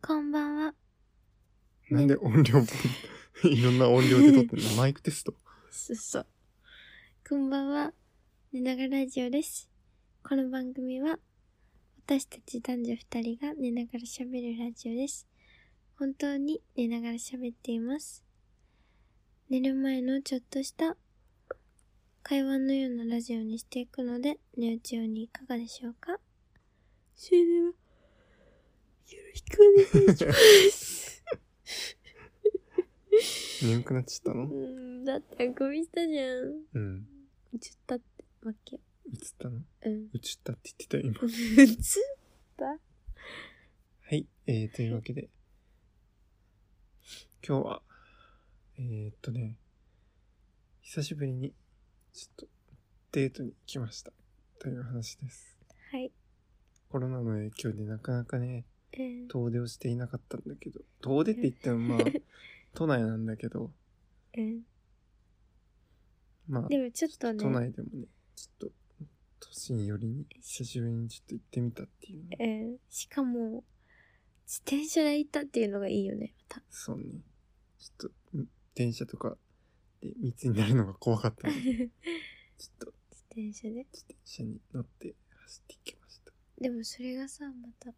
こんばんは。なんで音量、 いろんな音量で撮ってんのマイクテスト。そうそう。こんばんは。寝ながらラジオです。この番組は、私たち男女二人が寝ながら喋るラジオです。本当に寝ながら喋っています。寝る前のちょっとした会話のようなラジオにしていくので、寝落ち用にいかがでしょうかそれでは、よろしくお願いします。眠くなっちゃったの うん、だってあくびしたじゃん。うん。映ったってわけ。映ったのうん。映ったって言ってた今。映ったはい。えー、というわけで。今日は、えー、っとね、久しぶりに、ちょっと、デートに来ました。という話です。はい。コロナの影響でなかなかね、うん遠出をしていなかったんだけど、遠出って言ってもまあ、 都内なんだけど、うん。まあ、でもちょっと都ね、内でもね、ちょっと、都心寄りに、久しぶりにちょっと行ってみたっていう、ね。うん。しかも、自転車で行ったっていうのがいいよね、まそうね。ちょっと、ん電車とかで密になるのが怖かったた。 ので、ちょ自っと転車で。自転車に乗って走っていきました。でもそれがさ、また、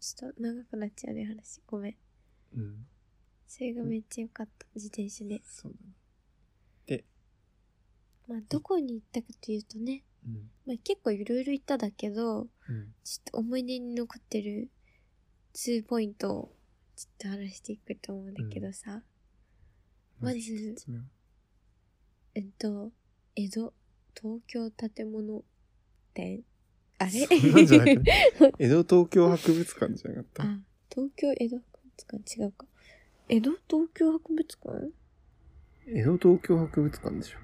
ちょっと長くなっちゃうね、話。ごめん。うん。それがめっちゃ良かった、自転車で。そうだね。まあ、どこに行ったかというとね、うん。まあ結構いろいろ行っただけど、うん。ちょっと思い出に残ってる2ポイントをちょっと話していくと思うんだけどさ、まず一つ目はえっと、江戸、東京建物展。あれそんなんじゃなくね江戸東京博物館じゃなかった あ、東京江戸博物館違うか。江戸東京博物館江戸東京博物館でしょ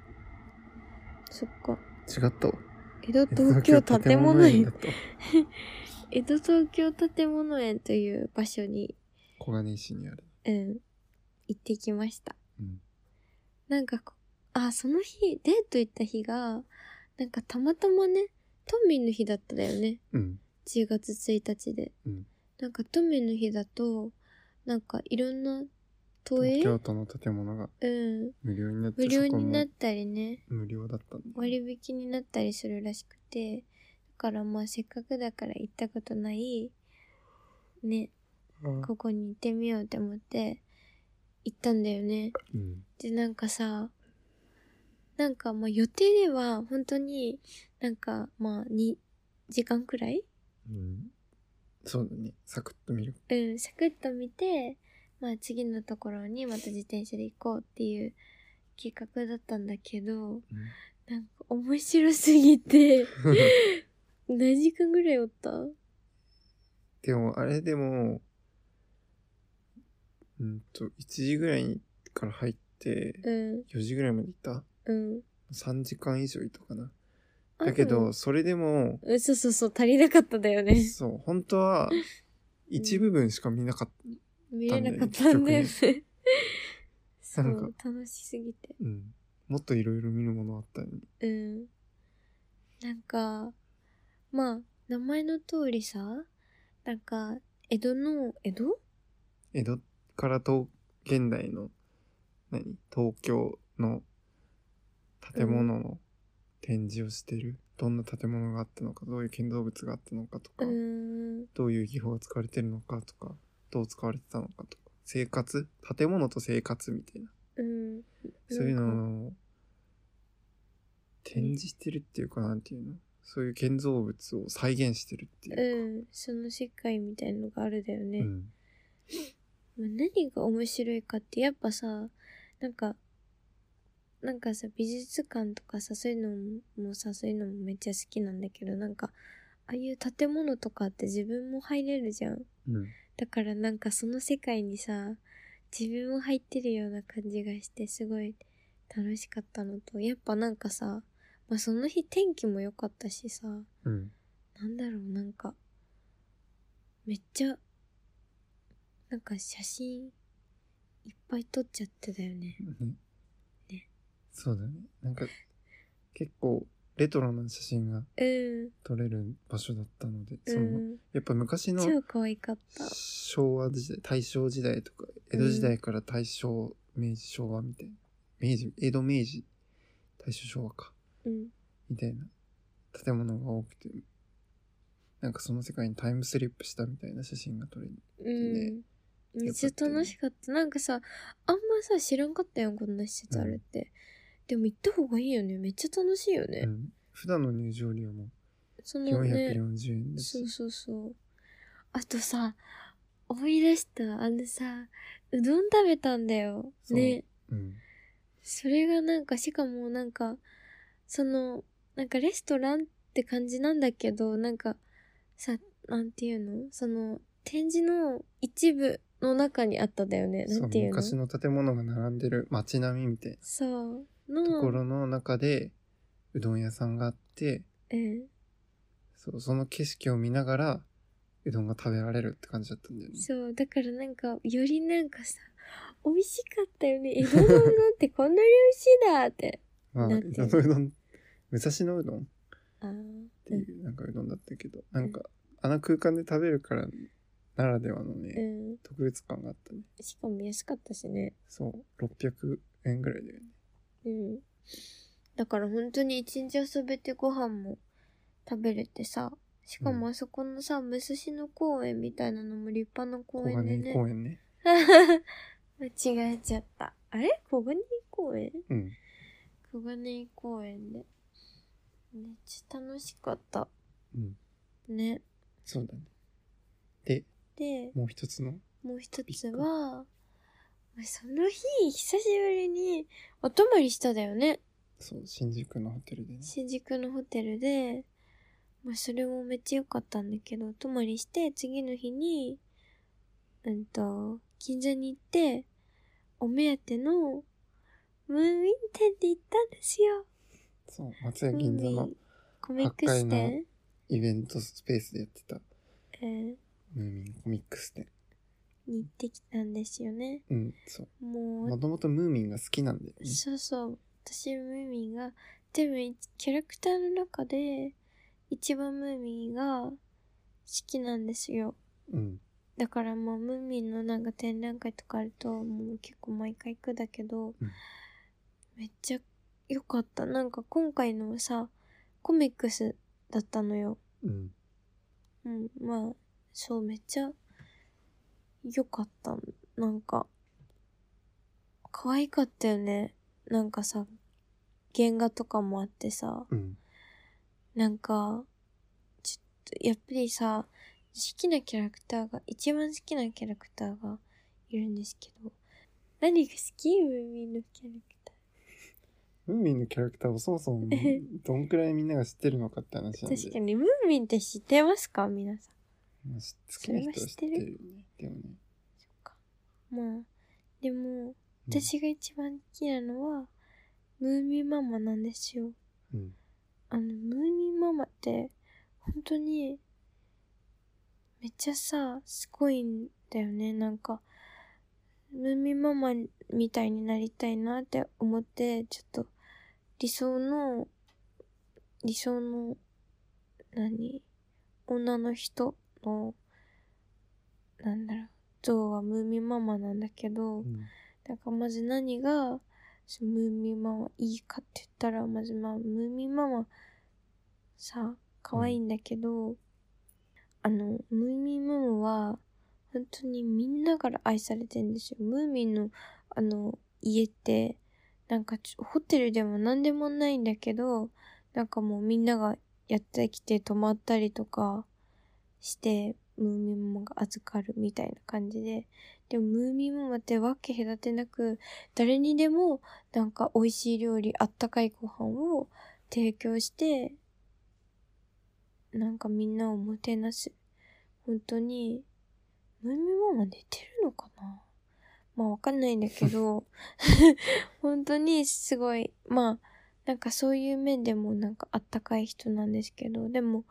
そっか。違ったわ。江戸東京建物江園。戸東京建だったわ。江戸東京建物園という場所に、小金井市にある。うん、行ってきました。うん。なんかこ、あ、その日、デート行った日が、なんかたまたまね、都民の日だったんだよね。うん。 10月1日で、うんなんか都民の日だとなんかいろんな都営東京都の建物がうん無料になって無料そこにもなったりね無料だったんだ。割引になったりするらしくてだからまあせっかくだから行ったことないねうんここに行ってみようと思って行ったんだよねうん。でなんかさなんかまあ予定では本当になんかまあ2時間くらいうん。そうだね。サクッと見 る。うん、サクッと見て、まあ次のところにまた自転車で行こうっていう計画だったんだけど、なんか面白すぎて、うん何時間ぐらいおったでも、あれでも、うんと、1時ぐらいから入って、うん、 4時ぐらいまでいたうん。 ?3 時間以上いたかな。あだけ、でもど、それでも、うん、そうそうそう、足りなかっただよね。そう、本当は、一部分しか見なかっ見れなかったんだよね。 そなんう、楽しすぎて。た。うん。もっといろいろ見るものあったのに。うん。なんか、まあ、名前の通りさ、なんか、江戸の、江戸江戸から東現代の何東京の建物の展示をしている、どんな建物があったのかどういう建造物があったのかとうか、ん。どういう技法が使われてるのかとかどう使われてたのかとか生活建物と生活みたいなうん。そういうなんかのを展示してるっていうかなんていうのそういう建造物を再現してるっていうう、ん、その世界みたいのがあるだよね。うんまあ、何が面白いかってやっぱさ、なんか、なんかさ、美術館とかさ、そういうのもさ、そういうのもめっちゃ好きなんだけど、なんか、ああいう建物とかって自分も入れるじゃん。うんだからなんかその世界にさ、自分も入ってるような感じがして、すごい楽しかったのと、やっぱなんかさ、まあその日天気も良かったしさ、うんなんだろう、なんか、めっちゃ、なんか写真いっぱい撮っちゃってたよね。ねね。そうだね。なんか、結構、レトロな写真がうん。撮れる場所だったので、うそのん。やっぱ昔の超可愛かった。昭和時代大正時代とか江戸時代から大正、明治昭和みたいな明治江戸明治大正昭和かうん。みたいな建物が多くてなんかその世界にタイムスリップしたみたいな写真が撮れるうん。めっちゃよかったよね楽しかった。なんかさ、あんまさ、知らんかったやん、こんな施設あるって。でも行った方がいいよね。めっちゃ楽しいよね。うん、普段の入場料もそのね、 440円です、そうそうそう。あとさ、思い出した。あのさ、うどん食べたんだよ。そうね。うん、それがなんか、しかもなんか、その、なんかレストランって感じなんだけど、なんか、さ、なんていうのその、展示の一部の中にあったんだよね。そなうんていうの昔の建物が並んでる街並みみたいそう。なとこの、ろの中でうどん屋さんがあってうん。そうその景色を見ながらうどんが食べられるって感じだったんだよねそう。だからなんか、よりなんかさ、美味しかったよ ね。江戸のうどんってこんなに美味しいだって。まあ、なん江て戸のうどん、武蔵野うどんっああ。ていう、なんかうどんだったけど、なんか、あの空間で食べるから、ならではのうね、ん。特別感があったね。しかも安かったしね。そう、600円ぐらいだよね。うん。だから本当に一日遊べてご飯も食べれてさ。しかもあそこのさ、武蔵野公園みたいなのも立派な小公園で金井ね。公園ね。 間違えちゃった。あれ小金井公園うん。小金井公園で。めっちゃ楽しかった。うん。ね。そうだね。で、で、もう一つの、もう一つは、その日、久しぶりにお泊まりしただよね。そう、新宿のホテルでね。新宿のホテルで、まあ、それもめっちゃ良かったんだけど、お泊まりして、次の日に、うんと、銀座に行って、お目当ての、ムーンウィン店って行ったんですよ。そう、松屋銀ム座ーのミンコミックス八階店。イベントスペースでやってた、うんムーミンコミックス店。に行ってきたんですよね。うん、そう。もう、もともとムーミンが好きなんだよね。そうそう。私、ムーミンが、多分、キャラクターの中で、一番ムーミンが好きなんですよ。うん。だからもう、ムーミンのなんか展覧会とかあると、もう結構毎回行くだけど、うんめっちゃ良かった。なんか今回のさ、コミックスだったのよ。うん。うん、まあ、そう、めっちゃ良かった。なんか、可愛かったよね。なんかさ、原画とかもあってさ、うん。なんか、ちょっと、やっぱりさ、好きなキャラクターが、一番好きなキャラクターがいるんですけど、何が好きムーミンのキャラクター。ムーミンのキャラクターをそもそもどんくらいみんなが知ってるのかって話なんで。確かに、ムーミンって知ってますか皆さん。まあし好きな人は知ってるよね。でもね。そっか。まあ、でも、うん私が一番好きなのは、ムーミンママなんですよ。うん。あの、ムーミンママって、本当に、めっちゃさ、すごいんだよね。なんか、ムーミンママみたいになりたいなって思って、ちょっと、理想の、理想の、何女の人の、なんだろう、像はムーミンママなんだけど、うんなんかまず何がそのムーミンママいいかって言ったらまずまあムーミンママさ可愛いんだけど、あのムーミンママは本当にみんなから愛されてんですよムーミンのあの家ってなんかちょホテルでも何でもないんだけどなんかもうみんながやってきて泊まったりとかしてムーミンママが預かるみたいな感じででもムーミンママってわけ隔てなく誰にでもなんか美味しい料理あったかいご飯を提供してなんかみんなをもてなす本当にムーミンママ寝てるのかなまあわかんないんだけど本当にすごいまあなんかそういう面でもなんかあったかい人なんですけどでも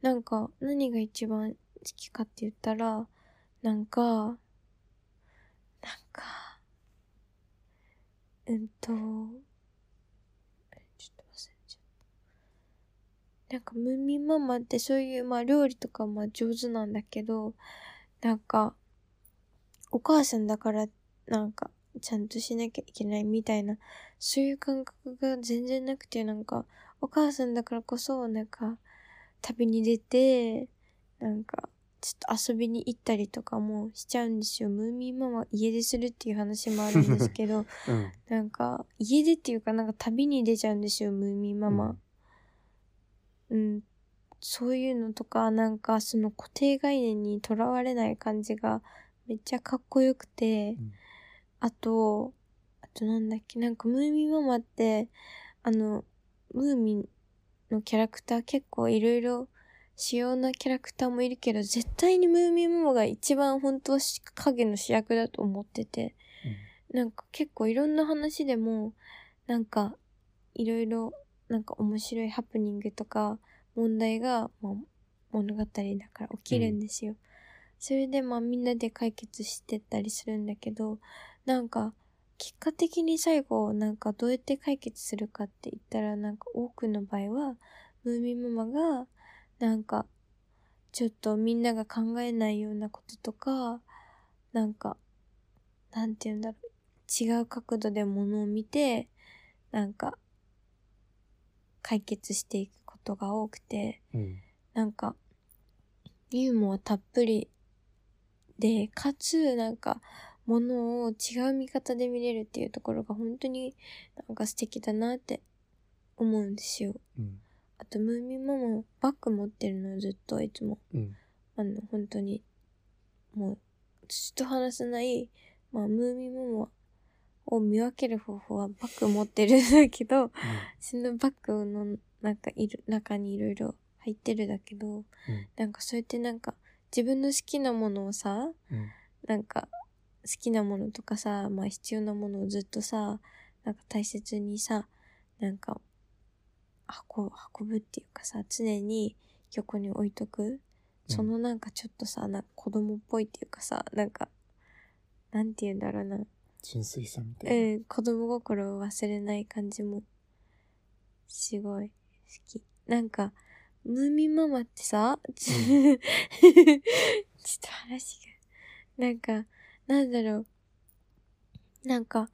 なんか何が一番好きかって言ったらなんかなんか、うんと、あれちょっと忘れちゃっなんかムーミンママってそういう、まあ料理とかまあ上手なんだけど、なんか、お母さんだからなんか、ちゃんとしなきゃいけないみたいな、そういう感覚が全然なくて、なんか、お母さんだからこそ、なんか、旅に出て、なんか、ちょっと遊びに行ったりとかもしちゃうんですよ。ムーミンママ家出するっていう話もあるんですけど、うん。なんか、家出っていうか、なんか旅に出ちゃうんですよ、ムーミンママ。うん、そういうのとか、なんかその固定概念にとらわれない感じがめっちゃかっこよくて、んあと、あとなんだっけ、なんかムーミンママって、あの、ムーミンのキャラクター結構いろいろ主要なキャラクターもいるけど、絶対にムーミンママが一番本当はし影の主役だと思ってて、なんか結構いろんな話でも、なんかいろいろなんか面白いハプニングとか問題が、まあ、物語だから起きるんですよ。それでまあみんなで解決してったりするんだけど、なんか結果的に最後なんかどうやって解決するかって言ったらなんか多くの場合はムーミンママがなんかちょっとみんなが考えないようなこととかなんかなんて言うんだろう違う角度で物を見てなんか解決していくことが多くて、うん。なんか、ユーモアたっぷりで、かつ、なんか、ものを違う見方で見れるっていうところが本当になんか素敵だなって思うんですよ。うん。あと、ムーミンママバッグ持ってるのずっといつも。うん。あの、本当に、もう、ずっと話せない、まあ、ムーミンママを見分ける方法はバッグ持ってるんだけど、 そのバッグの中いる中にいろいろ入ってるだけど、なんかそうやってなんか自分の好きなものをさうん。なんか好きなものとかさまあ必要なものをずっとさなんか大切にさなんか運運ぶっていうかさ常に横に置いとくそのなんかちょっとさなんか子供っぽいっていうかさなんかなんて言うんだろうな純粋さみたいな。うん、子供心を忘れない感じも、すごい好き。なんか、ムーミンママってさ、 ちちょっと話が、なんか、なんだろう。なんか、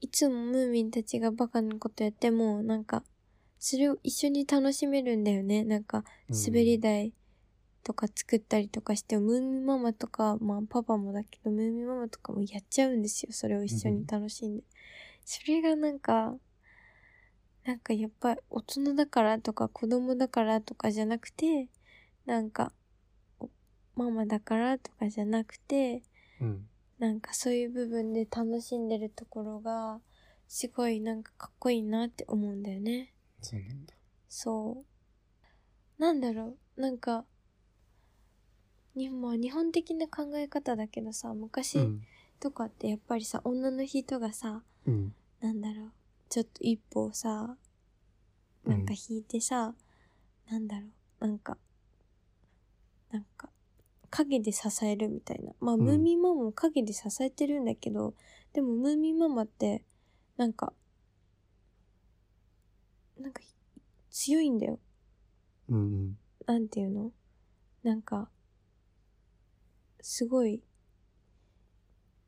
いつもムーミンたちがバカなことやっても、なんか、それを一緒に楽しめるんだよね。なんか、滑り台。台とか作ったりとかして、ムーミンママとか、まあパパもだけど、ムーミンママとかもやっちゃうんですよ。それを一緒に楽しんで。それがなんか、なんかやっぱり大人だからとか子供だからとかじゃなくて、なんか、おママだからとかじゃなくて、うん。なんかそういう部分で楽しんでるところが、すごいなんかかっこいいなって思うんだよね。そうなんだ。そう。なんだろう、なんか、にまあ、日本的な考え方だけどさ、昔うん。とかってやっぱりさ、女の人がさ、うん。なんだろう、ちょっと一歩をさ、なんか引いてさ、なんだろう、なんか、なんか、影で支えるみたいな。まあ、んムーミンママも影で支えてるんだけど、でもムーミンママって、なんか、なんか、強いんだよ。うん。うん。なんていうのなんか、すごい、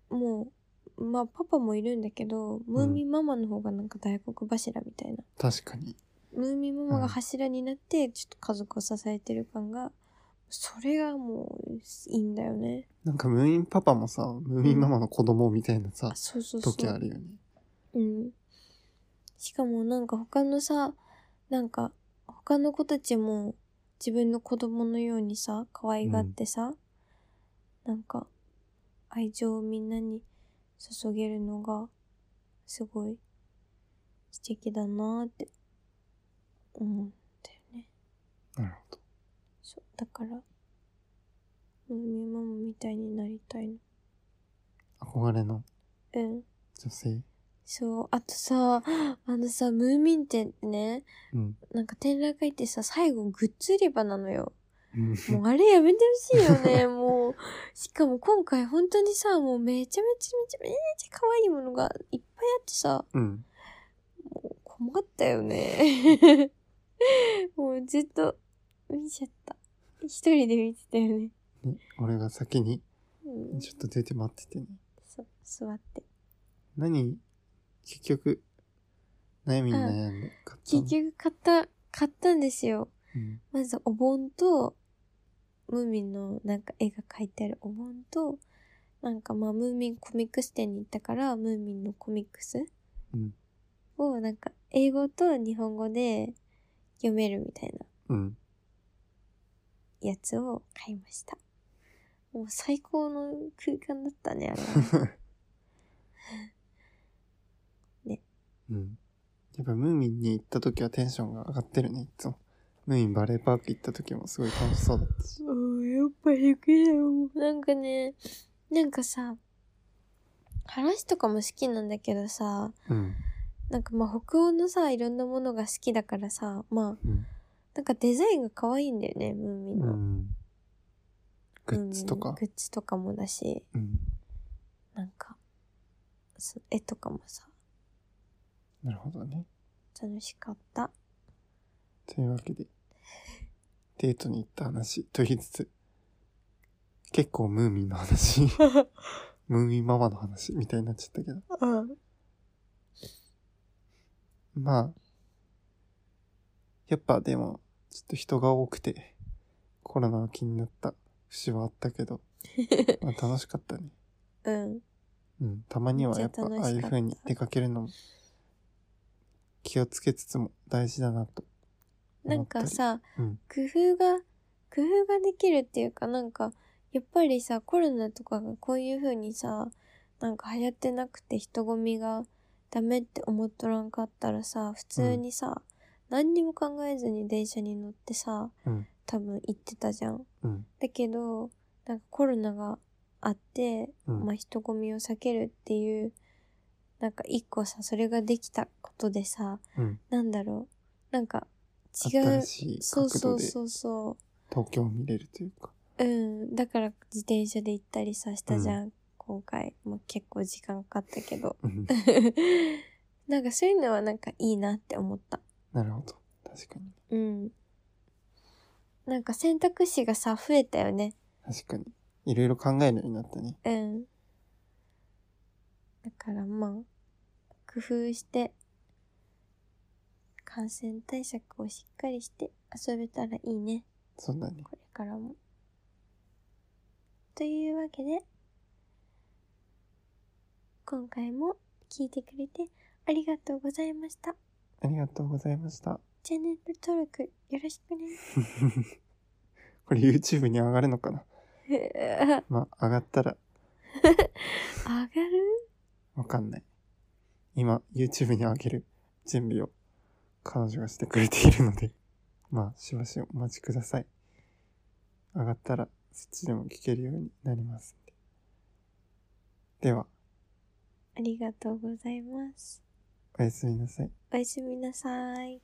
もう、まあパパもいるんだけど、ムーミンママの方がなんか大黒柱みたいな。確かに。ムーミンママうんが柱になって、ちょっと家族を支えてる感が、それがもういいんだよね。なんかムーミンパパもさ、ムーミンママの子供みたいなさあ、、そうそうそう。時あるよね。うん。しかもなんか他のさ、なんか他の子たちも自分の子供のようにさ、可愛がってさ、なんか愛情をみんなに注げるのがすごい素敵だなーって思うんだよね。なるほど。そう、だから、ムーミンママみたいになりたいの。憧れのうん。女性。そう、あとさ、あのさ、ムーミン店ってね、うん。なんか展覧会ってさ、最後グッズ売り場なのよ。うんもうあれやめてほしいよ ね、もう。しかも今回本当にさ、もうめちゃめちゃめちゃめちゃ可愛いものがいっぱいあってさ、うん。もう困ったよね。 もうずっと見ちゃった。一人で見てたよね。ね俺が先に、うん、ちょっと出て待っててね。そう、座って。何結局、悩みに悩んで買ったの結局買った、買ったんですよ。うんまずお盆と、ムーミンのなんか絵が描いてあるお盆と、なんかまあムーミンコミックス店に行ったから、ムーミンのコミックスうんをなんか英語と日本語で読めるみたいなうん。やつを買いました。もう最高の空間だったね、あれは。 ね。うん。やっぱムーミンに行った時はテンションが上がってるね、いつも。ムーミンバレーパーク行った時もすごい楽しそうだったし。うん、やっぱ行くよ。なんかね、なんかさ、話とかも好きなんだけどさ、うん。なんかまあ北欧のさ、いろんなものが好きだからさ、まあ、うん。なんかデザインが可愛いんだよね、ムーミンうの。ん。グッズとうんか。グッズとかもだし、うん。なんか、そ絵とかもさ、なるほどね。楽しか った。というわけで、デートに行った話と言いつつ、結構ムーミンの話、 ムーミンママの話みたいになっちゃったけど。うん。まあ、やっぱでも、ちょっと人が多くて、コロナが気になった節はあった けど、まあ楽しかったね。うん。うん、たまにはやっぱめっちゃああ楽しかっいうた風に出かけるのも、気をつけつつも大事だなと。なんか、さ、うん工夫が、工夫ができるっていうか、なんか、やっぱりさ、コロナとかがこういう風にさ、なんか流行ってなくて人混みがダメって思っとらんかったらさ、普通にさ、何にも考えずに電車に乗ってさ、うん多分行ってたじゃん。うん、だけど、なんかコロナがあって、うんまあ人混みを避けるっていう、なんか一個さ、それができたことでさ、うん、なんだろう、なんか違う新、しいそう角そ度うでそうそ東京を見れるというか、う。うん。だから自転車で行ったりさ、したじゃん。今回。もう結構時間かかったけど。 うん、なんかそういうのはなんかいいなって思った。なるほど。確かに。うん。なんか選択肢がさ、増えたよね。確かに。いろいろ考えるようになったね。うん。だからまあ、工夫して、感染対策をしっかりして遊べたらいいね。そうだね。これからも。というわけで、今回も聞いてくれてありがとうございました。ありがとうございました。チャンネル登録よろしくね。これ YouTube に上がるのかな上まあ、上がったらがるわかんない。今、YouTube に上げる準備を彼女がしてくれているので、 まあ、しばしお待ちください。上がったら、そっちでも聞けるようになりますんで。では、ありがとうございます。おやすみなさい。おやすみなさい。